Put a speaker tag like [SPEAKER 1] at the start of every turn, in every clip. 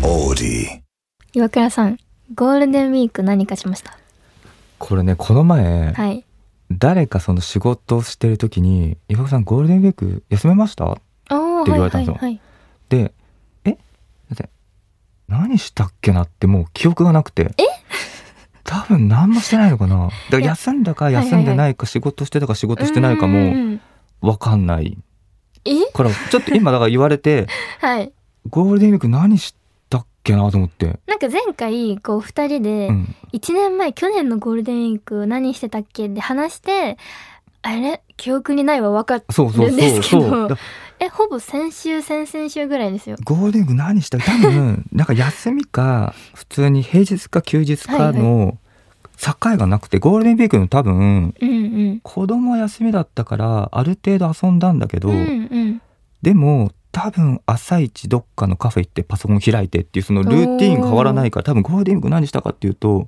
[SPEAKER 1] empty.
[SPEAKER 2] 岩倉さん、ゴールデンウィーク何かしました
[SPEAKER 3] これね、この前、
[SPEAKER 2] はい。
[SPEAKER 3] 誰かその仕事をしてる時に、岩倉さんゴールデンウィーク休めました
[SPEAKER 2] ああ、
[SPEAKER 3] って
[SPEAKER 2] は
[SPEAKER 3] 言
[SPEAKER 2] い
[SPEAKER 3] われた
[SPEAKER 2] は
[SPEAKER 3] ん
[SPEAKER 2] い
[SPEAKER 3] ですよ
[SPEAKER 2] はい。
[SPEAKER 3] で、えだって、何したっけなってもう記憶がなくて。え多分何もしてないのかなだから
[SPEAKER 2] いや
[SPEAKER 3] 休んだか
[SPEAKER 2] いはいはい
[SPEAKER 3] 休んでないか仕事してたか仕事してないか
[SPEAKER 2] うんうん
[SPEAKER 3] も
[SPEAKER 2] うん
[SPEAKER 3] わかんない
[SPEAKER 2] え
[SPEAKER 3] から、ちょっと今だから言われて、
[SPEAKER 2] はい。
[SPEAKER 3] ゴールデンウィーク何したっけなと思って。
[SPEAKER 2] なんか前回、こう、二人で
[SPEAKER 3] う、ん。
[SPEAKER 2] 一年前、去年のゴールデンウィーク何してたっけって話して、あれ記憶にないは分かっ
[SPEAKER 3] そうそう
[SPEAKER 2] るんで
[SPEAKER 3] そ
[SPEAKER 2] す
[SPEAKER 3] う
[SPEAKER 2] けど
[SPEAKER 3] そう。だ
[SPEAKER 2] え、ほぼ先週、先々週ぐらいですよ。
[SPEAKER 3] ゴールデンウィーク何した多 分なんか休みか普通に平日か休日かの境がなくてゴールデンウィークの多分
[SPEAKER 2] うんうん。
[SPEAKER 3] 子供は休みだったからある程度遊んだんだけど、
[SPEAKER 2] うんうん。
[SPEAKER 3] でも多分朝一どっかのカフェ行ってパソコン開いてっていうそのルーティーンが変わらないから多分ゴールデンウィーク何したかっていうと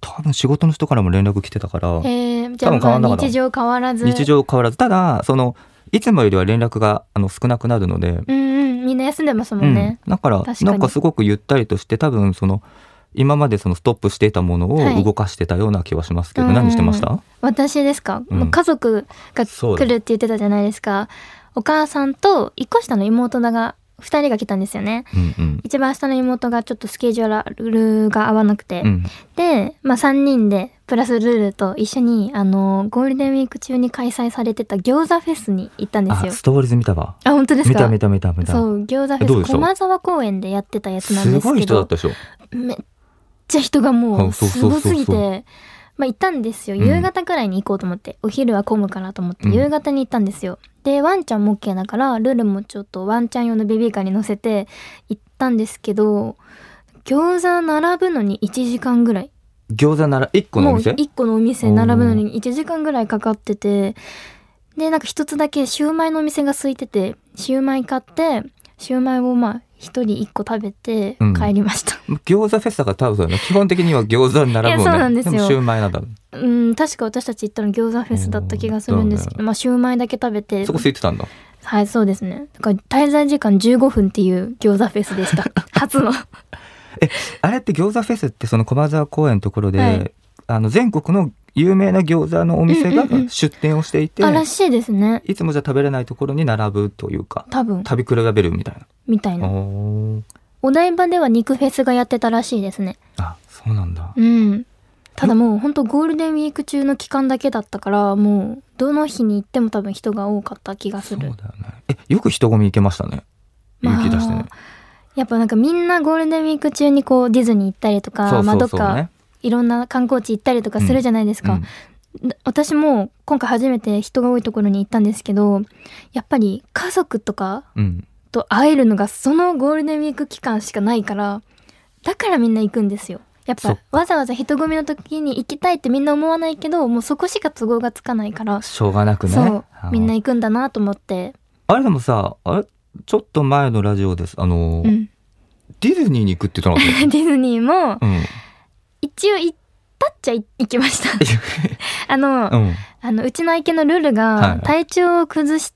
[SPEAKER 3] 多分仕事の人からも連絡来てたから
[SPEAKER 2] えー、じゃあ
[SPEAKER 3] 多分変わんな
[SPEAKER 2] ま
[SPEAKER 3] か
[SPEAKER 2] あ
[SPEAKER 3] っ
[SPEAKER 2] 日
[SPEAKER 3] た
[SPEAKER 2] 常変わらず。
[SPEAKER 3] 日。常変わらずただそのいつもよりは連絡があの少なくなるので、
[SPEAKER 2] うんうん。みんな休んでますもんね。
[SPEAKER 3] うん、だから
[SPEAKER 2] 確かに
[SPEAKER 3] なんかすごくゆったりとして多分その今までそのストップしていたもの
[SPEAKER 2] はい
[SPEAKER 3] を動かしてたような気はしますけど、
[SPEAKER 2] うんうんうん
[SPEAKER 3] 何してました
[SPEAKER 2] 私ですか、
[SPEAKER 3] うん
[SPEAKER 2] もう家族が来るって言ってたじゃないですか。お母さんと一個下の妹が、二人が来たんですよね。
[SPEAKER 3] うんうん
[SPEAKER 2] 一番下の妹がちょっとスケジュールが合わなくて。
[SPEAKER 3] うん
[SPEAKER 2] で、まあ3人で、プラスルールと一緒に、あの、ゴールデンウィーク中に開催されてた餃子フェスに行ったんです
[SPEAKER 3] あ
[SPEAKER 2] よ。
[SPEAKER 3] ストーリーズ見たわ
[SPEAKER 2] あ本当です
[SPEAKER 3] 見
[SPEAKER 2] か
[SPEAKER 3] た見た見た見た
[SPEAKER 2] そう、餃子フ
[SPEAKER 3] えどう
[SPEAKER 2] ェ
[SPEAKER 3] で
[SPEAKER 2] ス、
[SPEAKER 3] した
[SPEAKER 2] 駒沢公園でやってたやつなんです
[SPEAKER 3] す
[SPEAKER 2] けど。
[SPEAKER 3] ごい人だったでしょ
[SPEAKER 2] めっちゃ人がもう
[SPEAKER 3] あそう
[SPEAKER 2] す
[SPEAKER 3] そう
[SPEAKER 2] ご
[SPEAKER 3] そうそう
[SPEAKER 2] すぎて、まあ行ったんですよ。
[SPEAKER 3] うん
[SPEAKER 2] 夕方くらいに行こうと思って、お昼は混むからと思って、
[SPEAKER 3] うん
[SPEAKER 2] 夕方に行ったんですよ。で、ワンちゃんも OK だから、ルルもちょっとワンちゃん用のベビーカーに乗せて行ったんですけど、餃子並ぶのに1時間ぐらい。
[SPEAKER 3] 餃子なら1個のお
[SPEAKER 2] もう
[SPEAKER 3] 店
[SPEAKER 2] 1個のお店並ぶのに1時間ぐらいかかってて、で、なんか一つだけシューマイのお店が空いてて、シューマイ買って、シューマイをまあ一人1個食べて
[SPEAKER 3] うん
[SPEAKER 2] 帰りました。
[SPEAKER 3] 餃子フェスだから多分そうだよね基本的には餃子に並ぶもんね
[SPEAKER 2] いやそうなんですよ
[SPEAKER 3] もシューマイなんだ
[SPEAKER 2] うん、確か私たち行ったの餃子フェスだった気がするんですけど、まあシューマイだけ食べて
[SPEAKER 3] そ、こ空いてたんだ
[SPEAKER 2] はい、そうですね。だから滞在時間15分っていう餃子フェス でした。初の。
[SPEAKER 3] あれって餃子フェスってその駒沢公園のところで、
[SPEAKER 2] はい
[SPEAKER 3] あの全国の有名な餃子のお店
[SPEAKER 2] うんうんうん
[SPEAKER 3] が出店をしていて、
[SPEAKER 2] あらしいですね。
[SPEAKER 3] いつもじゃ食べれないところに並ぶというか
[SPEAKER 2] 多分、
[SPEAKER 3] 食べ比べるみたい
[SPEAKER 2] みたい
[SPEAKER 3] な。
[SPEAKER 2] な。
[SPEAKER 3] おー
[SPEAKER 2] お台場では肉フェスがやってたらしいですね。
[SPEAKER 3] あそうなんだ。
[SPEAKER 2] うん。ただもう本当ゴールデンウィーク中の期間だけだったから、もうどの日に行っても多分人が多かった気が
[SPEAKER 3] そ
[SPEAKER 2] す
[SPEAKER 3] うだ
[SPEAKER 2] る
[SPEAKER 3] よ。ね。えよく人混み行けましたね。勇気出してね。
[SPEAKER 2] まあやっぱなんかみんなゴールデンウィーク中にこうディズニー行ったりとか、
[SPEAKER 3] そう
[SPEAKER 2] まあ
[SPEAKER 3] そ
[SPEAKER 2] ど
[SPEAKER 3] う
[SPEAKER 2] っ
[SPEAKER 3] そう
[SPEAKER 2] か
[SPEAKER 3] ね。
[SPEAKER 2] いろんな観光地行ったりとかするじゃないですか。
[SPEAKER 3] うん
[SPEAKER 2] で私も今回初めて人が多いところに行ったんですけど、やっぱり家族とか
[SPEAKER 3] うん。
[SPEAKER 2] と会えるのがそのゴールデンウィーク期間しかないから、だからみんな行くんですよ。やっ
[SPEAKER 3] そ
[SPEAKER 2] ぱ
[SPEAKER 3] っ
[SPEAKER 2] わざわざ人混みの時に行きたいってみんな思わないけど、もうそこしか都合がつかないから、
[SPEAKER 3] しょうがなくね。
[SPEAKER 2] そう
[SPEAKER 3] あ、ー
[SPEAKER 2] みんな行くんだなと思って。
[SPEAKER 3] あれでもさあれちょっと前のラジオです。あの、
[SPEAKER 2] うん。
[SPEAKER 3] ディズニーに行くって言ってなかっ
[SPEAKER 2] ディズニーも
[SPEAKER 3] た。うん。
[SPEAKER 2] 一応行ったっちゃ行きました。あの、
[SPEAKER 3] うん。
[SPEAKER 2] あのうちの愛犬のルル
[SPEAKER 3] は
[SPEAKER 2] が
[SPEAKER 3] い
[SPEAKER 2] 体調を崩し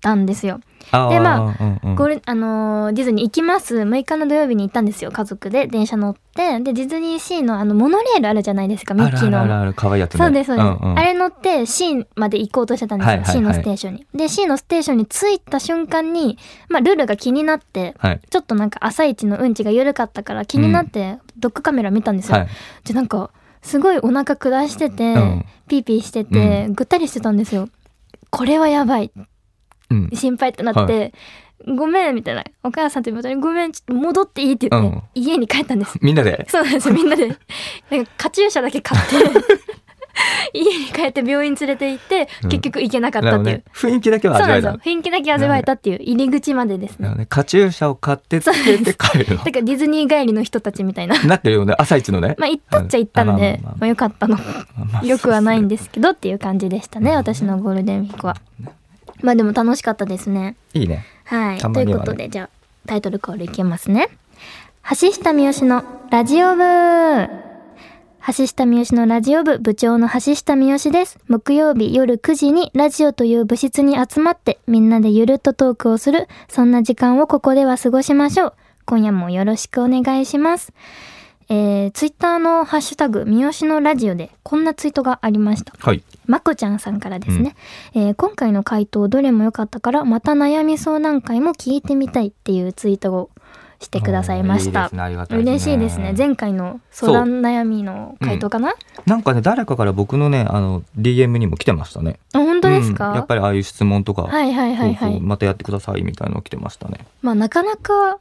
[SPEAKER 2] たんですよ。
[SPEAKER 3] あー
[SPEAKER 2] でま
[SPEAKER 3] うんうん
[SPEAKER 2] ゴールあのーディズニー行きます6日の土曜日に行ったんですよ家族で電車乗ってでディズニーシーのあのモノレールあるじゃないですかミ
[SPEAKER 3] あ
[SPEAKER 2] ッ
[SPEAKER 3] ら
[SPEAKER 2] キー
[SPEAKER 3] あ
[SPEAKER 2] の。
[SPEAKER 3] らあらあら可愛いやつね。
[SPEAKER 2] そうですそうです、
[SPEAKER 3] んん
[SPEAKER 2] あれ乗ってシーンまで行こうとしてたんですよ、
[SPEAKER 3] はいはいはい
[SPEAKER 2] シーのステーションに。でシーのステーションに着いた瞬間に、まあ、ルルが気になって
[SPEAKER 3] はい
[SPEAKER 2] ちょっとなんか朝一のうんちが緩かったから気になってドッグカメラ見たんですよ。
[SPEAKER 3] はい。
[SPEAKER 2] でなんかすごいお腹下してて、
[SPEAKER 3] うん
[SPEAKER 2] ピーピーしてて、ぐったりしてたんですよこれはやばい
[SPEAKER 3] うん。
[SPEAKER 2] 心配ってなって、ごめんみたいなお母さんと妹にごめんちょっと戻っていいって言って、家に帰ったん です
[SPEAKER 3] み んなで。
[SPEAKER 2] そうなんですよみんなでなんかカチューシャだけ買って 家に帰って病院連れて行って
[SPEAKER 3] うん
[SPEAKER 2] 結局行けなかった
[SPEAKER 3] なる
[SPEAKER 2] っ
[SPEAKER 3] ほ
[SPEAKER 2] て
[SPEAKER 3] ど
[SPEAKER 2] いう、
[SPEAKER 3] ね。雰囲気だけは
[SPEAKER 2] そう
[SPEAKER 3] 味
[SPEAKER 2] な
[SPEAKER 3] わ
[SPEAKER 2] ん
[SPEAKER 3] え
[SPEAKER 2] です
[SPEAKER 3] た
[SPEAKER 2] よ。雰囲気だけ味わえたっていう入り口までですね
[SPEAKER 3] なるほどねカチューシャを買ってつけて帰るの
[SPEAKER 2] だ。からディズニー帰りの人たちみたい な
[SPEAKER 3] なってるよね朝一のね。
[SPEAKER 2] まあ行ったっちゃ行ったんで
[SPEAKER 3] あまあまあまあ
[SPEAKER 2] まあよかったの
[SPEAKER 3] まあまあ
[SPEAKER 2] よくはないんですけどっていう感じでしたね私のゴールデンウィークはまあでも楽しかったですね
[SPEAKER 3] いいね。
[SPEAKER 2] はい、
[SPEAKER 3] た
[SPEAKER 2] と
[SPEAKER 3] ま
[SPEAKER 2] いう
[SPEAKER 3] に
[SPEAKER 2] こ
[SPEAKER 3] はね
[SPEAKER 2] とでじゃあタイトルコールいきますね橋下三好のラジオ部橋下三好のラジオ部部長の橋下三好です木曜日夜9時にラジオという部室に集まってみんなでゆるっとトークをするそんな時間をここでは過ごしましょう今夜もよろしくお願いします。えー、ツイッターのハッシュタグ、三好のラジオでこんなツイートがありました。
[SPEAKER 3] はい。
[SPEAKER 2] まこちゃんさんからですね、えー今回の回答どれも良かったからまた悩み相談会も聞いてみたいっていうツイートをしてくださいました
[SPEAKER 3] いいですねありがたいですね
[SPEAKER 2] 嬉しいですね前回の相談悩みの回答かな、
[SPEAKER 3] なんかね、誰かから僕のね、あの、DM にも来てましたね。
[SPEAKER 2] あ本当ですか、
[SPEAKER 3] うんやっぱりああいう質問とか、
[SPEAKER 2] はいはいはいは
[SPEAKER 3] こうこう
[SPEAKER 2] い
[SPEAKER 3] またやってくださいみたいなの来てましたね。
[SPEAKER 2] まあなかなか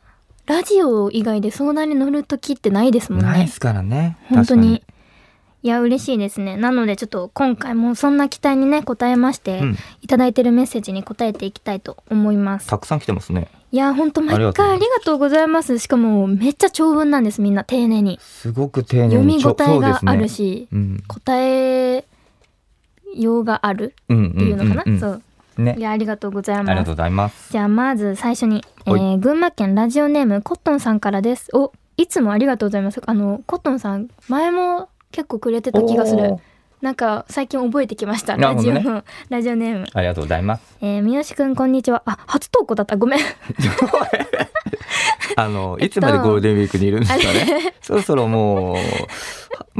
[SPEAKER 2] ラジオ以外で相談に乗る時ってないですもん
[SPEAKER 3] ない
[SPEAKER 2] ね
[SPEAKER 3] ですからね。
[SPEAKER 2] 本当に
[SPEAKER 3] 確か
[SPEAKER 2] いや嬉しいですねなのでちょっと今回もそんな期待にね答えまして、
[SPEAKER 3] うん
[SPEAKER 2] いただいてるメッセージに答えていきたいと思います
[SPEAKER 3] たくさん来てますね。
[SPEAKER 2] いや、ほんと毎回あ
[SPEAKER 3] あ
[SPEAKER 2] り
[SPEAKER 3] り
[SPEAKER 2] がとうございます。しかも、めっちゃ長文なんです、みんな、丁寧に。
[SPEAKER 3] すごく丁寧
[SPEAKER 2] 読み
[SPEAKER 3] に
[SPEAKER 2] 応えがある
[SPEAKER 3] ちょそうですね
[SPEAKER 2] し、
[SPEAKER 3] うん
[SPEAKER 2] 答えようがある
[SPEAKER 3] うんうん
[SPEAKER 2] っていうのかな。
[SPEAKER 3] んん
[SPEAKER 2] そう。
[SPEAKER 3] ね
[SPEAKER 2] い。や、ありがとうござい
[SPEAKER 3] ありが
[SPEAKER 2] ま
[SPEAKER 3] とう
[SPEAKER 2] す。
[SPEAKER 3] ございます。
[SPEAKER 2] じゃあ、まず最初に、え
[SPEAKER 3] は
[SPEAKER 2] ー、群馬県ラジオネーム、コットンさんからです。お、いつもありがとうございます。あの、コットンさん、前も結構くれてた気がする
[SPEAKER 3] おー。
[SPEAKER 2] なんか、最近覚えてきました。
[SPEAKER 3] な
[SPEAKER 2] ラ
[SPEAKER 3] るほ
[SPEAKER 2] ジ
[SPEAKER 3] ど
[SPEAKER 2] オ
[SPEAKER 3] ね
[SPEAKER 2] の、ラジオネーム。
[SPEAKER 3] ありがとうございます。
[SPEAKER 2] えー、三好くん、こんにちは。あ、初投稿だった。ごめん。
[SPEAKER 3] あの、いつまでゴールデンウィークにいるんですかね。 そろそろも う、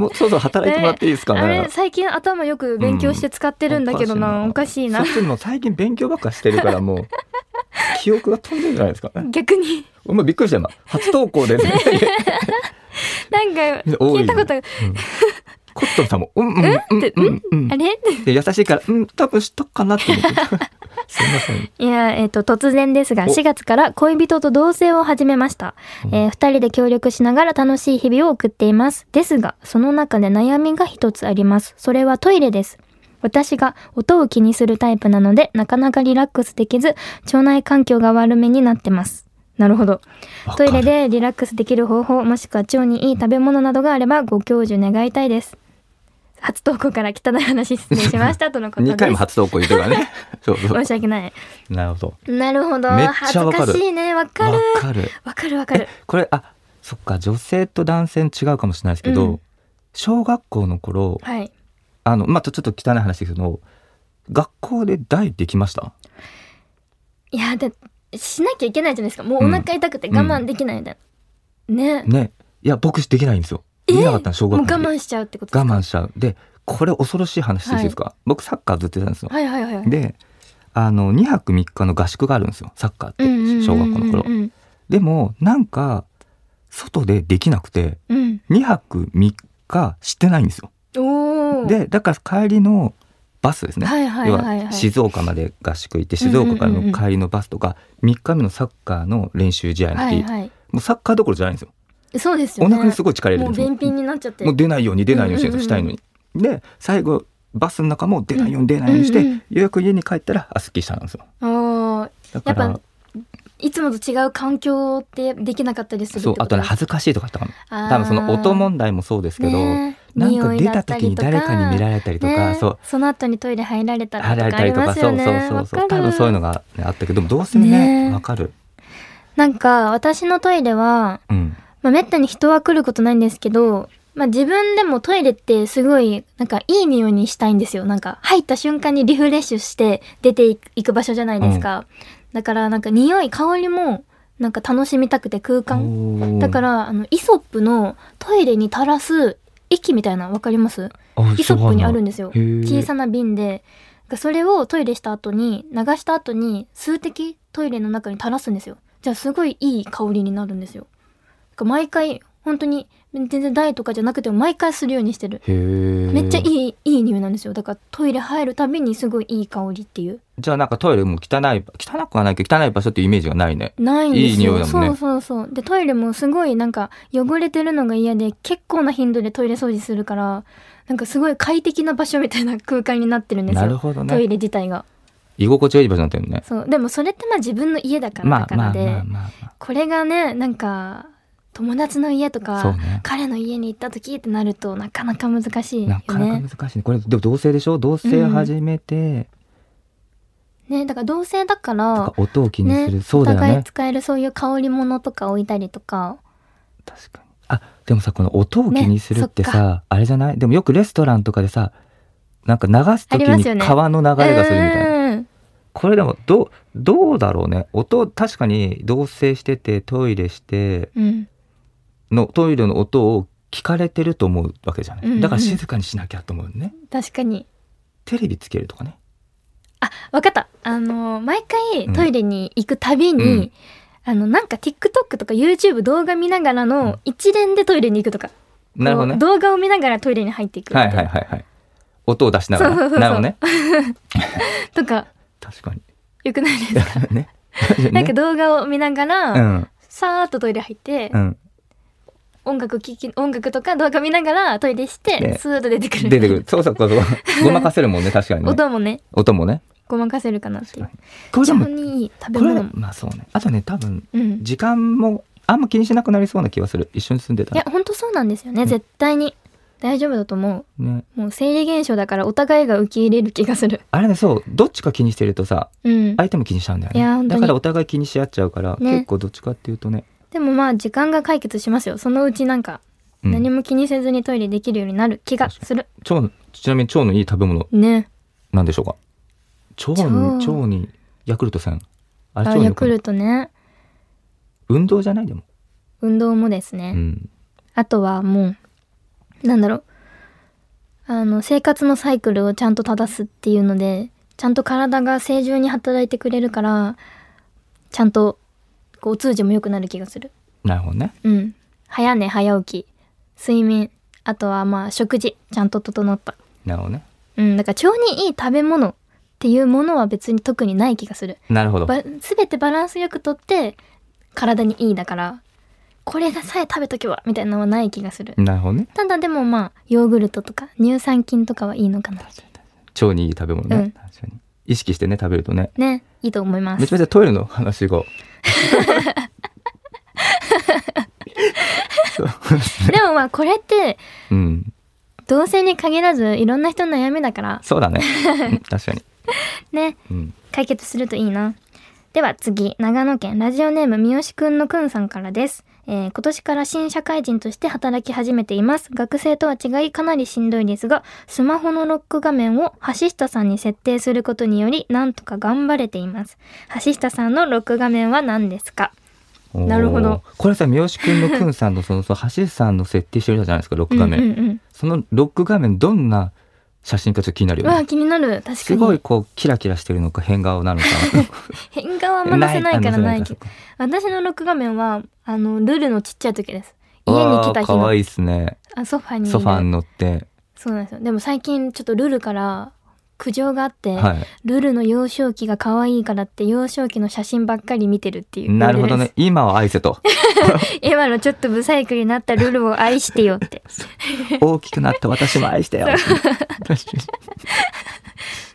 [SPEAKER 3] もうそろそろ働いてもらっていいですか
[SPEAKER 2] あれ
[SPEAKER 3] ね。
[SPEAKER 2] 最近頭よく勉強して使ってるんだけどな、おかしいな
[SPEAKER 3] そっちも最近勉強ばっかしてるからもう、記憶が飛んでるじゃないですか。
[SPEAKER 2] 逆に
[SPEAKER 3] お前びっくりした今。初投 稿でね。
[SPEAKER 2] なんか
[SPEAKER 3] 多
[SPEAKER 2] 聞いたことが
[SPEAKER 3] うんコットンさんも、うんうんうんうんうん
[SPEAKER 2] あ。れ
[SPEAKER 3] で優しいから、うん、多分知っとくかなって 思って。すいません。
[SPEAKER 2] いや、えっ、と、突然ですが、
[SPEAKER 3] お
[SPEAKER 2] 4月から恋人と同棲を始めました。えー二人で協力しながら楽しい日々を送っています。ですが、その中で悩みが一つあります。それはトイレです。私が音を気にするタイプなので、なかなかリラックスできず、腸内環境が悪めになってます。なるほど。
[SPEAKER 3] わか
[SPEAKER 2] ト
[SPEAKER 3] る
[SPEAKER 2] イレでリラックスできる方法もしくは腸にいい食べ物などがあればご教授願いたいです初投稿から汚い話失礼しましたとのことです
[SPEAKER 3] 2回も初投稿言うとから ね。そうそ。
[SPEAKER 2] 申し訳ないう
[SPEAKER 3] なるほど。
[SPEAKER 2] なるほど
[SPEAKER 3] めっ
[SPEAKER 2] 恥
[SPEAKER 3] ちゃ
[SPEAKER 2] ず
[SPEAKER 3] わか
[SPEAKER 2] か
[SPEAKER 3] る
[SPEAKER 2] しいねわか
[SPEAKER 3] わ
[SPEAKER 2] る
[SPEAKER 3] かる。
[SPEAKER 2] わかるわかる
[SPEAKER 3] これ、あ、そっか、女性と男性違うかもしれないですけど、
[SPEAKER 2] うん
[SPEAKER 3] 小学校の頃、
[SPEAKER 2] はい
[SPEAKER 3] あの、まあ、ちょっと汚い話ですけど、学校で大できました
[SPEAKER 2] いやだしなきゃいけないじゃないですかもうお腹痛くて
[SPEAKER 3] うん
[SPEAKER 2] 我慢できないみたいな、ね
[SPEAKER 3] ね。いや、僕できないんですよ。できなかったの、小
[SPEAKER 2] もう
[SPEAKER 3] 学
[SPEAKER 2] 我
[SPEAKER 3] 校で。
[SPEAKER 2] 慢しちゃうってことです
[SPEAKER 3] 我
[SPEAKER 2] か
[SPEAKER 3] 慢しちゃう。で、これ恐ろしい話していいですか、僕サッカーずっとやってたんですよ。
[SPEAKER 2] はいはいはいはい
[SPEAKER 3] であの2泊3日の合宿があるんですよサッカーって
[SPEAKER 2] うんうんうんうん
[SPEAKER 3] 小学校の頃
[SPEAKER 2] うん
[SPEAKER 3] でもなんか外でできなくて
[SPEAKER 2] うん
[SPEAKER 3] 2泊3日してないんですよ
[SPEAKER 2] おお
[SPEAKER 3] でだから帰りのバスですね、
[SPEAKER 2] はいはいはい
[SPEAKER 3] 要
[SPEAKER 2] は
[SPEAKER 3] はい静岡まで合宿行って静岡からの帰りのバスとか3日目のサッカーの練習試合の時、
[SPEAKER 2] はいはい
[SPEAKER 3] もうサッカーどころじゃないんですよ
[SPEAKER 2] そうですよ
[SPEAKER 3] お
[SPEAKER 2] ね
[SPEAKER 3] 腹にすごい力入れ
[SPEAKER 2] も
[SPEAKER 3] る
[SPEAKER 2] うん
[SPEAKER 3] です
[SPEAKER 2] 便
[SPEAKER 3] よ
[SPEAKER 2] 秘になっちゃって
[SPEAKER 3] もう出ないように出ないようにしてるんですよしたいのに。で最後バスの中も出ないように出ないようにして、
[SPEAKER 2] うんうん
[SPEAKER 3] ようやく家に帰ったらあすっきりしたんですよ。
[SPEAKER 2] ああ
[SPEAKER 3] だか
[SPEAKER 2] やっ
[SPEAKER 3] ら
[SPEAKER 2] ぱいつもと違う環境ってできなかったりするって
[SPEAKER 3] そう
[SPEAKER 2] こと
[SPEAKER 3] あとね
[SPEAKER 2] だ
[SPEAKER 3] 恥ずかしいとかあったかも
[SPEAKER 2] あー
[SPEAKER 3] 多分その音問題もそうですけど、
[SPEAKER 2] ねえ
[SPEAKER 3] なんか
[SPEAKER 2] 匂い
[SPEAKER 3] 出
[SPEAKER 2] だ
[SPEAKER 3] た
[SPEAKER 2] った
[SPEAKER 3] 時
[SPEAKER 2] り
[SPEAKER 3] に
[SPEAKER 2] とか
[SPEAKER 3] 誰かに見られたりとか、
[SPEAKER 2] ね
[SPEAKER 3] そう
[SPEAKER 2] その後にトイレ入られたら
[SPEAKER 3] 入
[SPEAKER 2] と
[SPEAKER 3] られ
[SPEAKER 2] かあ
[SPEAKER 3] た
[SPEAKER 2] り
[SPEAKER 3] りと
[SPEAKER 2] ま
[SPEAKER 3] か
[SPEAKER 2] す
[SPEAKER 3] そ
[SPEAKER 2] よ
[SPEAKER 3] う
[SPEAKER 2] ね
[SPEAKER 3] そうそうそう
[SPEAKER 2] わか
[SPEAKER 3] 多
[SPEAKER 2] る
[SPEAKER 3] 分そういうのが、ね、あったけどでもどうせね
[SPEAKER 2] ねえ
[SPEAKER 3] わかる
[SPEAKER 2] なんか私のトイレは、
[SPEAKER 3] うん
[SPEAKER 2] まあ、めったに人は来ることないんですけどまあ自分でもトイレってすごいなんかいい匂いにしたいんですよなんか入った瞬間にリフレッシュして出ていく場所じゃないですか、だからなんか匂い香りもなんか楽しみたくて空間だかららあのイソップのトイレに垂らす液みたいなのわかりますイソップにあるんですよ小さ
[SPEAKER 3] な
[SPEAKER 2] な瓶でがそれをトイレした後に流した後に数滴トイレの中に垂らすんですよじゃあすごいいい香りになるんですよだから毎回本当に全然台とかじゃなくても毎回するようにしてる
[SPEAKER 3] へえ
[SPEAKER 2] めっちゃい
[SPEAKER 3] い
[SPEAKER 2] いいい匂いなんですよだからトイレ入るたびにすごいいい香りっていう
[SPEAKER 3] じゃあなんかトイレも汚い汚くはないけど汚い場所っていうイメージがないね
[SPEAKER 2] ないんですよ
[SPEAKER 3] いい匂いだもんね
[SPEAKER 2] そうそうそうでトイレもすごいなんか汚れてるのが嫌で結構な頻度でトイレ掃除するからなんかすごい快適な場所みたいな空間になってるんですよ
[SPEAKER 3] なるほど
[SPEAKER 2] トイレ
[SPEAKER 3] ね
[SPEAKER 2] 自体が
[SPEAKER 3] 居心地がいい場所になってるね
[SPEAKER 2] そうでもそれってまあ自分の家だから
[SPEAKER 3] ま
[SPEAKER 2] だ
[SPEAKER 3] あ
[SPEAKER 2] か
[SPEAKER 3] ま
[SPEAKER 2] ら
[SPEAKER 3] あ
[SPEAKER 2] で、
[SPEAKER 3] まあまあま
[SPEAKER 2] これがねなんか友達の家と
[SPEAKER 3] あそう
[SPEAKER 2] か、
[SPEAKER 3] ね
[SPEAKER 2] 彼の家に行った時ってなるとなかなか難しいよ
[SPEAKER 3] なかな
[SPEAKER 2] ね
[SPEAKER 3] か難しいねこれでも同性でしょ同性始めて、
[SPEAKER 2] ねだから同性だか
[SPEAKER 3] なん
[SPEAKER 2] ら
[SPEAKER 3] か音を気にする、
[SPEAKER 2] ね
[SPEAKER 3] そう
[SPEAKER 2] お
[SPEAKER 3] だよ
[SPEAKER 2] 互い
[SPEAKER 3] ね
[SPEAKER 2] 使えるそういう香り物とか置いたりとか
[SPEAKER 3] 確かにあでもさこの音を気にするって
[SPEAKER 2] ねそ
[SPEAKER 3] さ、あれじゃないでもよくレストランとかでさなんか流す
[SPEAKER 2] あ
[SPEAKER 3] 時
[SPEAKER 2] りますよ
[SPEAKER 3] に
[SPEAKER 2] ね
[SPEAKER 3] 川の流れがするみたいな、
[SPEAKER 2] うん
[SPEAKER 3] これでもどうどうだろうね音確かに同棲しててトイレして
[SPEAKER 2] うん。
[SPEAKER 3] のトイレの音を聞かれてると思うわけじゃない、
[SPEAKER 2] うんうん
[SPEAKER 3] だから静かにしなきゃと思うね、
[SPEAKER 2] 確かに。
[SPEAKER 3] テレビつけるとかね
[SPEAKER 2] あ、わかった。あの、毎
[SPEAKER 3] う
[SPEAKER 2] 回
[SPEAKER 3] ん
[SPEAKER 2] トイレに行くたびに、
[SPEAKER 3] うん
[SPEAKER 2] あの、なんか TikTok とか YouTube 動画見ながらの一連でトイレに行くとか。
[SPEAKER 3] なるほどね
[SPEAKER 2] 動画を見ながらトイレに入っていく。
[SPEAKER 3] はいはいはいはい音を出しながら
[SPEAKER 2] そうそうそう
[SPEAKER 3] なるほどね
[SPEAKER 2] とか、
[SPEAKER 3] 確かに
[SPEAKER 2] よくないですか
[SPEAKER 3] ね
[SPEAKER 2] なんか動画を見ながら、
[SPEAKER 3] うん
[SPEAKER 2] さーっとトイレ入って、
[SPEAKER 3] うん
[SPEAKER 2] 音楽聞き、音楽とか動画見ながらトイレして、
[SPEAKER 3] ね
[SPEAKER 2] スーッと出てくる。
[SPEAKER 3] 出てくるそうそうそうそうごまかせるもんね確かにね
[SPEAKER 2] 音もね、
[SPEAKER 3] 音もね
[SPEAKER 2] ごまかせるかなっていう。
[SPEAKER 3] これ
[SPEAKER 2] 非
[SPEAKER 3] で
[SPEAKER 2] 常
[SPEAKER 3] も
[SPEAKER 2] にいい食べ
[SPEAKER 3] これ
[SPEAKER 2] 物も。
[SPEAKER 3] まあそうねあとね多分
[SPEAKER 2] うん。
[SPEAKER 3] 時間もあんま気にしなくなりそうな気がする一緒に住んでた
[SPEAKER 2] いや
[SPEAKER 3] ら、
[SPEAKER 2] 本当そうなんですよね。
[SPEAKER 3] うん
[SPEAKER 2] 絶対に。大丈夫だと思
[SPEAKER 3] ね、
[SPEAKER 2] う。もう生理現象だからお互いが受け入れる気がする。
[SPEAKER 3] あれねそうどっちか気にしてるとさ
[SPEAKER 2] うん。
[SPEAKER 3] 相手も気にしちゃうんだよね
[SPEAKER 2] いや本当に
[SPEAKER 3] だからお互い気にし合っちゃうから、
[SPEAKER 2] ね
[SPEAKER 3] 結構どっちかっていうとね、
[SPEAKER 2] でもまあ時間が解決しますよ。そのうちなんか
[SPEAKER 3] うん
[SPEAKER 2] 何も気にせずにトイレできるようになる気がする。
[SPEAKER 3] 腸のちなみに腸のいい食べ物
[SPEAKER 2] ね。
[SPEAKER 3] なんでしょうか腸に
[SPEAKER 2] 腸
[SPEAKER 3] 腸にヤクルト1000あれ
[SPEAKER 2] あ
[SPEAKER 3] 腸に
[SPEAKER 2] ヤ
[SPEAKER 3] 良
[SPEAKER 2] ク
[SPEAKER 3] くない
[SPEAKER 2] ルトね。
[SPEAKER 3] 運動じゃないでも、
[SPEAKER 2] 運動もです
[SPEAKER 3] う
[SPEAKER 2] ね。
[SPEAKER 3] ん、
[SPEAKER 2] あとはもう、なんだろう。あの、生活のサイクルをちゃんと正すっていうので、ちゃんと体が正常に働いてくれるから、ちゃんと、こう、お通じも良くなる気がする。
[SPEAKER 3] なるほどね
[SPEAKER 2] うん。早寝早起き、睡眠、あとはまあ食事、ちゃんと整った。
[SPEAKER 3] なるほどね
[SPEAKER 2] うん、だから腸にいい食べ物っていうものは別に特にない気がする。
[SPEAKER 3] なるほど
[SPEAKER 2] ば全てバランスよくとって体にいいだから、これさえ食べとけばみたいなのはない気がする。
[SPEAKER 3] なるほどね
[SPEAKER 2] ただでもまあヨーグルトとか乳酸菌とかはいいのかな。
[SPEAKER 3] 腸にいい食べ物ね、
[SPEAKER 2] うん
[SPEAKER 3] 確かに意識してね食べるとね
[SPEAKER 2] ね、いいと思いま
[SPEAKER 3] めち
[SPEAKER 2] す。
[SPEAKER 3] ゃめちゃトイレの話 がそう
[SPEAKER 2] でもまあこれって
[SPEAKER 3] うん
[SPEAKER 2] 同性に限らずいろんな人の悩みだから
[SPEAKER 3] そうだねうん確かに、
[SPEAKER 2] ね、
[SPEAKER 3] うん、
[SPEAKER 2] 解決するといいな。では次、長野県ラジオネーム三好くんのくんさんからです。えー今年から新社会人として働き始めています。学生とは違いかなりしんどいですが、スマホのロック画面を橋下さんに設定することにより、なんとか頑張れています。橋下さんのロック画面は何ですか
[SPEAKER 3] お ー
[SPEAKER 2] なるほど
[SPEAKER 3] これさ三好くんのくんさんのそのその橋さんの設定してるじゃないですかロック画面、
[SPEAKER 2] うんうん
[SPEAKER 3] そのロック画面どんな写真かちょっと気になる
[SPEAKER 2] うん。う
[SPEAKER 3] よ
[SPEAKER 2] わ、
[SPEAKER 3] ね
[SPEAKER 2] 気になる。確かに。
[SPEAKER 3] すごいこうキラキラしてるのか変顔なのか
[SPEAKER 2] 変顔は あんま出せないからないけど
[SPEAKER 3] か。
[SPEAKER 2] 私のロック画面は、あの、ルルのちっちゃい時です。家に
[SPEAKER 3] わ
[SPEAKER 2] 来
[SPEAKER 3] あ
[SPEAKER 2] た日
[SPEAKER 3] 可
[SPEAKER 2] の
[SPEAKER 3] 愛いですね
[SPEAKER 2] あソファにいる
[SPEAKER 3] ソファーに乗って
[SPEAKER 2] そうなんですよ。でも最近ちょっとルルから苦情があって、
[SPEAKER 3] は
[SPEAKER 2] ルルの幼少期が可愛いからって幼少期の写真ばっかり見てるってい。
[SPEAKER 3] いうなるほどね。今は愛せと
[SPEAKER 2] 今のちょっとブサイクになったルルを愛してよって。
[SPEAKER 3] 大きくなった私も愛してよ確かに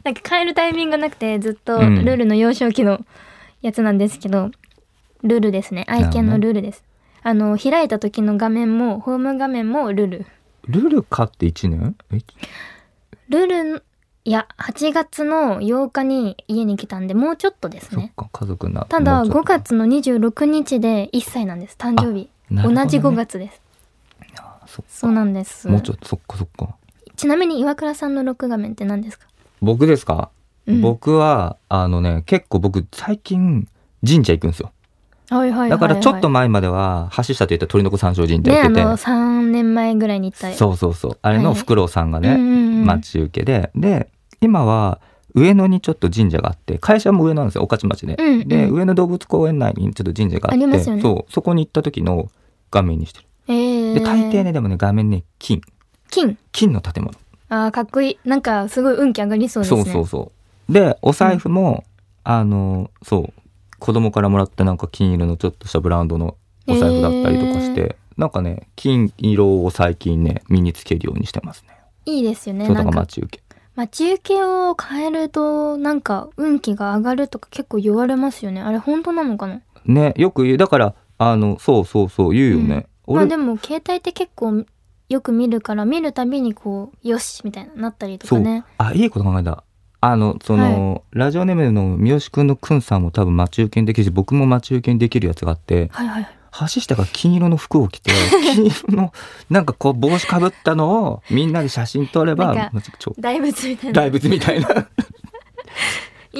[SPEAKER 2] なんか変えるタイミングがなくてずっと
[SPEAKER 3] うん
[SPEAKER 2] ルルの幼少期のやつなんですけど、ルルですね。愛犬のルルです。あの、開いた時の画面も、ホーム画面もルル。
[SPEAKER 3] ルルカって1年え
[SPEAKER 2] ルル、いや、8月の8日に家に来たんで、もうちょっとです
[SPEAKER 3] そっ
[SPEAKER 2] ね。
[SPEAKER 3] か家族になって
[SPEAKER 2] ただ、
[SPEAKER 3] もうち
[SPEAKER 2] 5
[SPEAKER 3] ょっと
[SPEAKER 2] 月の26日で1歳なんです、誕生日。
[SPEAKER 3] なるほど
[SPEAKER 2] 同
[SPEAKER 3] ね
[SPEAKER 2] じ5月です。
[SPEAKER 3] あそっか
[SPEAKER 2] そうなんです。
[SPEAKER 3] もうちょっとそっかそっか
[SPEAKER 2] ちなみに岩倉さんのロック画面って何ですか、
[SPEAKER 3] 僕ですか、
[SPEAKER 2] うん
[SPEAKER 3] 僕はあのね結構僕最近神社行くんですよ
[SPEAKER 2] はいはいはいはい
[SPEAKER 3] だからちょっと前までは橋下といった鳥の子山椒神
[SPEAKER 2] ね、
[SPEAKER 3] 社行
[SPEAKER 2] あ
[SPEAKER 3] ってて、
[SPEAKER 2] の、3年前ぐらいに行った
[SPEAKER 3] そうそうそうあれの
[SPEAKER 2] はい
[SPEAKER 3] フクロウさんがね、
[SPEAKER 2] うんうんうん
[SPEAKER 3] 待ち受けでで今は上野にちょっと神社があって会社も上野なんですよ御徒町で、
[SPEAKER 2] うんうん
[SPEAKER 3] で上野動物公園内にちょっと神社があって
[SPEAKER 2] ありますよね
[SPEAKER 3] そうそこに行った時の画面にしてる
[SPEAKER 2] えー、
[SPEAKER 3] で大抵ねでもね画面ね金
[SPEAKER 2] 金。
[SPEAKER 3] 金の建物
[SPEAKER 2] あーかっこいい。なんか、すごい運気上がりそうです
[SPEAKER 3] そ
[SPEAKER 2] ね。
[SPEAKER 3] うそうそうでお財布も、あのそう子供からもらったなんか金色のちょっとしたブランドのお財布だったりとかして、なんかね金色を最近ね身につけるようにしてますね
[SPEAKER 2] いいですよね。
[SPEAKER 3] そう
[SPEAKER 2] な
[SPEAKER 3] だ
[SPEAKER 2] ん
[SPEAKER 3] から
[SPEAKER 2] か、
[SPEAKER 3] 待ち受け
[SPEAKER 2] 待ち受けを変えると、なんか、運気が上がるとか結構言われますよね。あれ、本当なのかな
[SPEAKER 3] ねよく言うだからあのそうそうそう言うよね、
[SPEAKER 2] まあ
[SPEAKER 3] 俺、
[SPEAKER 2] でも、携帯って結構、よく見るから、見るたびにこう、よしみたいな、なったりと
[SPEAKER 3] そ
[SPEAKER 2] か
[SPEAKER 3] う
[SPEAKER 2] ね。
[SPEAKER 3] あいいこと考えたあのその、ラジオネームの三好くんのくんさんも多分待ち受けにできるし僕も待ち受けにできるやつがあって
[SPEAKER 2] はいはいはい。
[SPEAKER 3] 橋下が金色の服を 着て金色のなんかこう帽子かぶったのをみんなで写真撮れば
[SPEAKER 2] なんか
[SPEAKER 3] まあちょちょ
[SPEAKER 2] 大仏みたいな。
[SPEAKER 3] 大仏みたいな
[SPEAKER 2] いいで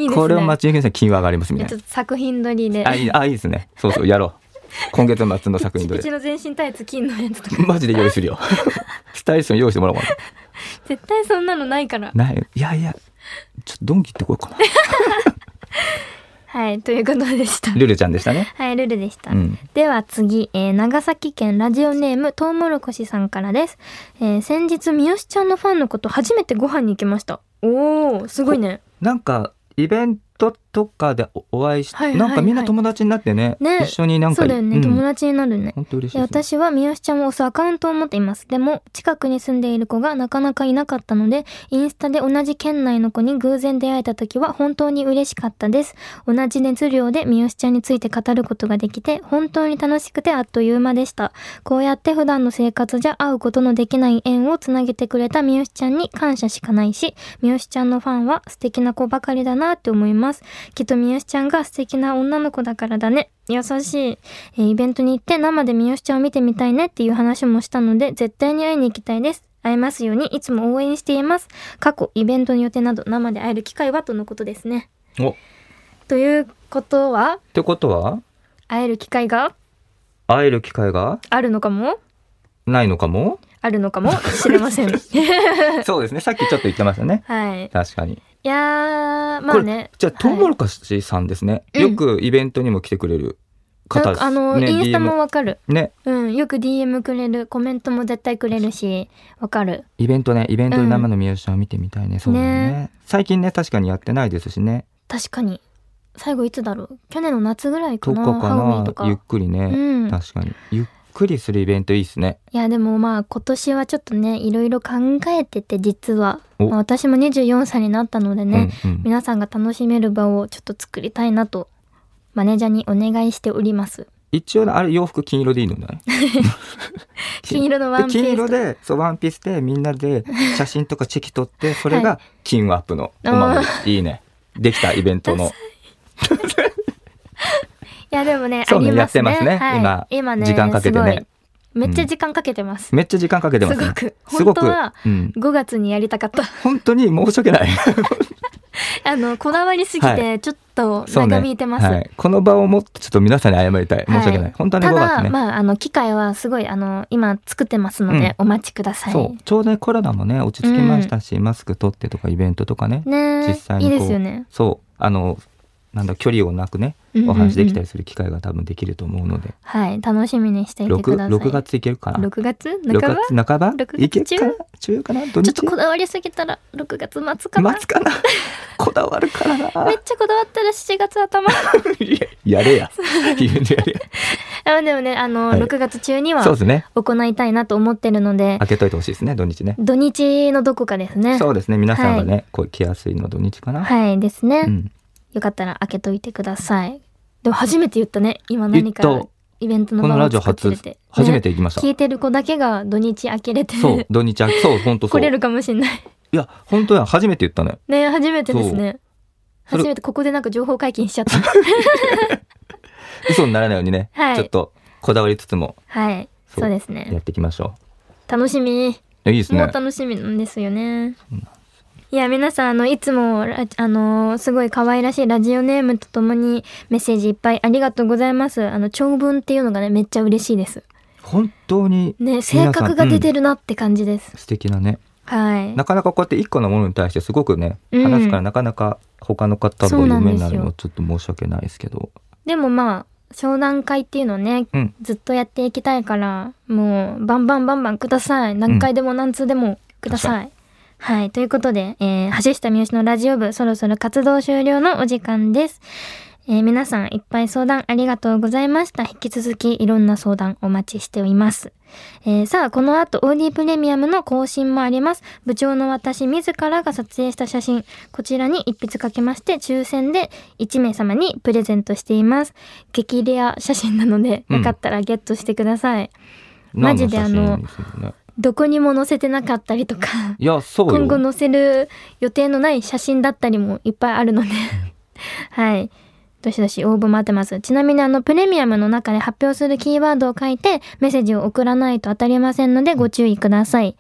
[SPEAKER 2] すね。
[SPEAKER 3] これを待ち受けさん金は上がりますみ
[SPEAKER 2] い
[SPEAKER 3] た
[SPEAKER 2] や
[SPEAKER 3] い
[SPEAKER 2] ち
[SPEAKER 3] な
[SPEAKER 2] ょっと作品撮りで。
[SPEAKER 3] あいいあいいですねそうそうやろう今月末の作品ど
[SPEAKER 2] う
[SPEAKER 3] れ
[SPEAKER 2] ちの全身タイツ金のやつとか。
[SPEAKER 3] マジで用意す るよスタイリストに用意してもらおうか
[SPEAKER 2] 絶対そんなのないから。
[SPEAKER 3] なないいやいやちょっとドンキ行ってこようかな
[SPEAKER 2] はい、ということでした。
[SPEAKER 3] ルルちゃんでしたね
[SPEAKER 2] はい、ルルでした。
[SPEAKER 3] うん
[SPEAKER 2] では次、えー長崎県ラジオネームトウモロコシさんからです。えー先日、三好ちゃんのファンのこと初めてご飯に行きました。おー、すごいね。
[SPEAKER 3] なんかイベントとかでおお会いして、
[SPEAKER 2] はいはいはい
[SPEAKER 3] なんかみんな友達になってね
[SPEAKER 2] ね
[SPEAKER 3] 一緒になんか
[SPEAKER 2] そうだよね、
[SPEAKER 3] ん
[SPEAKER 2] 友達になるね。
[SPEAKER 3] 本当嬉しい
[SPEAKER 2] で
[SPEAKER 3] ですね
[SPEAKER 2] 私は三好ちゃんを推すアカウントを持っています。でも、近くに住んでいる子がなかなかいなかったので、インスタで同じ県内の子に偶然出会えた時は本当に嬉しかったです。同じ熱量で三好ちゃんについて語ることができて、本当に楽しくてあっという間でした。こうやって普段の生活じゃ会うことのできない縁をつなげてくれた三好ちゃんに感謝しかないし、三好ちゃんのファンは素敵な子ばかりだなって思います。きっと三好ちゃんが素敵な女の子だからだね。優しい。えーイベントに行って生で三好ちゃんを見てみたいねっていう話もしたので、絶対に会いに行きたいです。会えますようにいつも応援しています。過去、イベントの予定など生で会える機会はとのことですね。
[SPEAKER 3] おっ
[SPEAKER 2] ということは、
[SPEAKER 3] てことは
[SPEAKER 2] 会える機会が
[SPEAKER 3] 会える機会が
[SPEAKER 2] あるのかも
[SPEAKER 3] ないのかも
[SPEAKER 2] あるのかもしれま せん。
[SPEAKER 3] そうですねさっきちょっと言ってましたね
[SPEAKER 2] はい。
[SPEAKER 3] 確かに
[SPEAKER 2] いやー、まあね。
[SPEAKER 3] じゃあトウモロコシさんですね、
[SPEAKER 2] うん
[SPEAKER 3] よくイベントにも来てくれる方
[SPEAKER 2] なん
[SPEAKER 3] です
[SPEAKER 2] かあの、
[SPEAKER 3] ね
[SPEAKER 2] インスタ
[SPEAKER 3] DM
[SPEAKER 2] もわかる。
[SPEAKER 3] ね
[SPEAKER 2] うん、よく DM くれる、コメントも絶対くれるし、わかる。
[SPEAKER 3] イベントねイベントで生の宮下を見てみたいね、そうだよね最近ね確かにやってないですしね
[SPEAKER 2] 確かに。最後いつだろう去年の夏ぐらいか
[SPEAKER 3] と
[SPEAKER 2] な
[SPEAKER 3] かか
[SPEAKER 2] ハロウィンとか。
[SPEAKER 3] なゆっくりね、
[SPEAKER 2] うん。
[SPEAKER 3] 確かにゆっくりするイベントいいですね
[SPEAKER 2] いや、でもまあ今年はちょっとね、いろいろ考えてて、実は。
[SPEAKER 3] お
[SPEAKER 2] まあ、私も24歳になったのでね、
[SPEAKER 3] うんうん、
[SPEAKER 2] 皆さんが楽しめる場をちょっと作りたいなと、マネージャーにお願いしております。
[SPEAKER 3] 一応あれ洋服金色でいいのね
[SPEAKER 2] 金色 のワンピースと
[SPEAKER 3] 金色でそうワンピースでみんなで写真とかチェキ 撮ってそれが金アップのお守り、い、いねできたイベン トの
[SPEAKER 2] いや、でもね、あ
[SPEAKER 3] そうね
[SPEAKER 2] りますね。
[SPEAKER 3] やってますね
[SPEAKER 2] はい
[SPEAKER 3] 今
[SPEAKER 2] ね、
[SPEAKER 3] 時間かけてね
[SPEAKER 2] すごいめっちゃ時間かけてます。
[SPEAKER 3] めっちゃ時間かけてます、ね、
[SPEAKER 2] すごく
[SPEAKER 3] す
[SPEAKER 2] 本当は
[SPEAKER 3] うん、
[SPEAKER 2] 5月にやりたかった。
[SPEAKER 3] 本当に申し訳ない
[SPEAKER 2] あの、こだわりすぎ
[SPEAKER 3] は
[SPEAKER 2] て、ちょっと長引いてます。
[SPEAKER 3] はい、この場をもっとちょっと皆さんに謝りたい申し訳ない、
[SPEAKER 2] はい
[SPEAKER 3] 本当はね
[SPEAKER 2] た
[SPEAKER 3] 5月
[SPEAKER 2] だ、
[SPEAKER 3] ね、
[SPEAKER 2] まあ、あの、機会はすごい、あの、今作ってますので、
[SPEAKER 3] うん
[SPEAKER 2] お待ちください。
[SPEAKER 3] そうちょうどねコロナもね落ち着きましたし、マスク取ってとかイベントとかね
[SPEAKER 2] ね
[SPEAKER 3] 実際
[SPEAKER 2] い
[SPEAKER 3] に
[SPEAKER 2] い
[SPEAKER 3] こう
[SPEAKER 2] ですよね。
[SPEAKER 3] そうあのなんだ距離をなくね
[SPEAKER 2] うんうんうん
[SPEAKER 3] お話できたりする機会が多分できると思うので、
[SPEAKER 2] はい、楽しみにしていて
[SPEAKER 3] 六
[SPEAKER 2] ください。
[SPEAKER 3] 六6。月いけるかな
[SPEAKER 2] 6月
[SPEAKER 3] 六
[SPEAKER 2] 半ば
[SPEAKER 3] 月半ば
[SPEAKER 2] 六月
[SPEAKER 3] いけるかな中かな
[SPEAKER 2] ちょ
[SPEAKER 3] 土日
[SPEAKER 2] っとこだわりすぎたら、6月末かな。
[SPEAKER 3] 待つ かなこだわるからな
[SPEAKER 2] めっちゃこだわったら7月 頭。
[SPEAKER 3] やれ や言うのやれや
[SPEAKER 2] あでもね、あの、
[SPEAKER 3] はい
[SPEAKER 2] 6月中には
[SPEAKER 3] そうですね
[SPEAKER 2] 行いたいなと思ってるので、
[SPEAKER 3] 開けといてほしいですね土日ね
[SPEAKER 2] 土日のどこかですね。
[SPEAKER 3] そうですね皆さんがね、こう来やすいの土日かな、
[SPEAKER 2] はいですね、
[SPEAKER 3] うん、
[SPEAKER 2] よかったら開けといてください。でも初めて言ったね。今何か
[SPEAKER 3] 言った
[SPEAKER 2] イベントの
[SPEAKER 3] こ
[SPEAKER 2] 場
[SPEAKER 3] のラジオ
[SPEAKER 2] を作って
[SPEAKER 3] 初、
[SPEAKER 2] れて、ね
[SPEAKER 3] 初めて行きました
[SPEAKER 2] 聞いてる子だけが土日開けれて
[SPEAKER 3] そう土 日あそう本当そ
[SPEAKER 2] 来
[SPEAKER 3] う
[SPEAKER 2] れるかもしれない。
[SPEAKER 3] いや本当や初めて言ったね
[SPEAKER 2] ね初めてですね。
[SPEAKER 3] そうそれ
[SPEAKER 2] 初めてここでなんか情報解禁しちゃ った。
[SPEAKER 3] 嘘にならないようにね、
[SPEAKER 2] はい
[SPEAKER 3] ちょっとこだわりつつも
[SPEAKER 2] はい。
[SPEAKER 3] そう
[SPEAKER 2] そうです
[SPEAKER 3] や
[SPEAKER 2] ね。
[SPEAKER 3] っていきましょ
[SPEAKER 2] 楽しみ。
[SPEAKER 3] ういいです
[SPEAKER 2] もう
[SPEAKER 3] ね
[SPEAKER 2] 楽しみなんですよね。いや皆さんあのいつもラあのすごい可愛らしいラジオネームとともにメッセージいっぱいありがとうございます。あの長文っていうのがねめっちゃ嬉しいです。
[SPEAKER 3] 本当に
[SPEAKER 2] ね
[SPEAKER 3] 皆さん
[SPEAKER 2] 性格が出て
[SPEAKER 3] うん
[SPEAKER 2] るなって感じです。
[SPEAKER 3] 素敵なね
[SPEAKER 2] はい。
[SPEAKER 3] なかなかこうやって一個のものに対してすごくね、
[SPEAKER 2] うん
[SPEAKER 3] 話すからなかなか他の方
[SPEAKER 2] そ
[SPEAKER 3] の
[SPEAKER 2] うなん
[SPEAKER 3] 夢
[SPEAKER 2] で
[SPEAKER 3] に
[SPEAKER 2] すよ
[SPEAKER 3] なるのはちょっと申し訳ないですけど
[SPEAKER 2] でもまあ商談会っていうのをね、
[SPEAKER 3] うん
[SPEAKER 2] ずっとやっていきたいからもうバンバンバンバンください何回でも何通でもください、はいということで、えー、橋下三好のラジオ部そろそろ活動終了のお時間です、えー皆さんいっぱい相談ありがとうございました引き続きいろんな相談お待ちしておりますえーさあ、この後 OD プレミアムの更新もあります。部長の私自らが撮影した写真、こちらに一筆かけまして、抽選で1名様にプレゼントしています。激レア写真なので、
[SPEAKER 3] うん
[SPEAKER 2] よかったらゲットしてください。マジであの
[SPEAKER 3] 何写真ですよね
[SPEAKER 2] どこにも載せてなかったりとか、
[SPEAKER 3] いやそうよ
[SPEAKER 2] 今後載せる予定のない写真だったりもいっぱいあるので、はい。どしどし応募待ってます。ちなみにあのプレミアムの中で発表するキーワードを書いてメッセージを送らないと当たりませんのでご注意ください。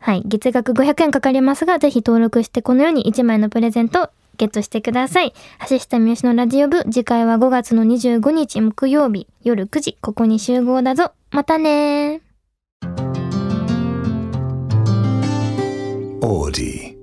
[SPEAKER 2] はい。月額500円かかりますが、ぜひ登録してこのように1枚のプレゼントゲットしてください。橋下三好のラジオ部、次回は5月の25日木曜日夜9時、ここに集合だぞ。またねー。
[SPEAKER 1] Audi.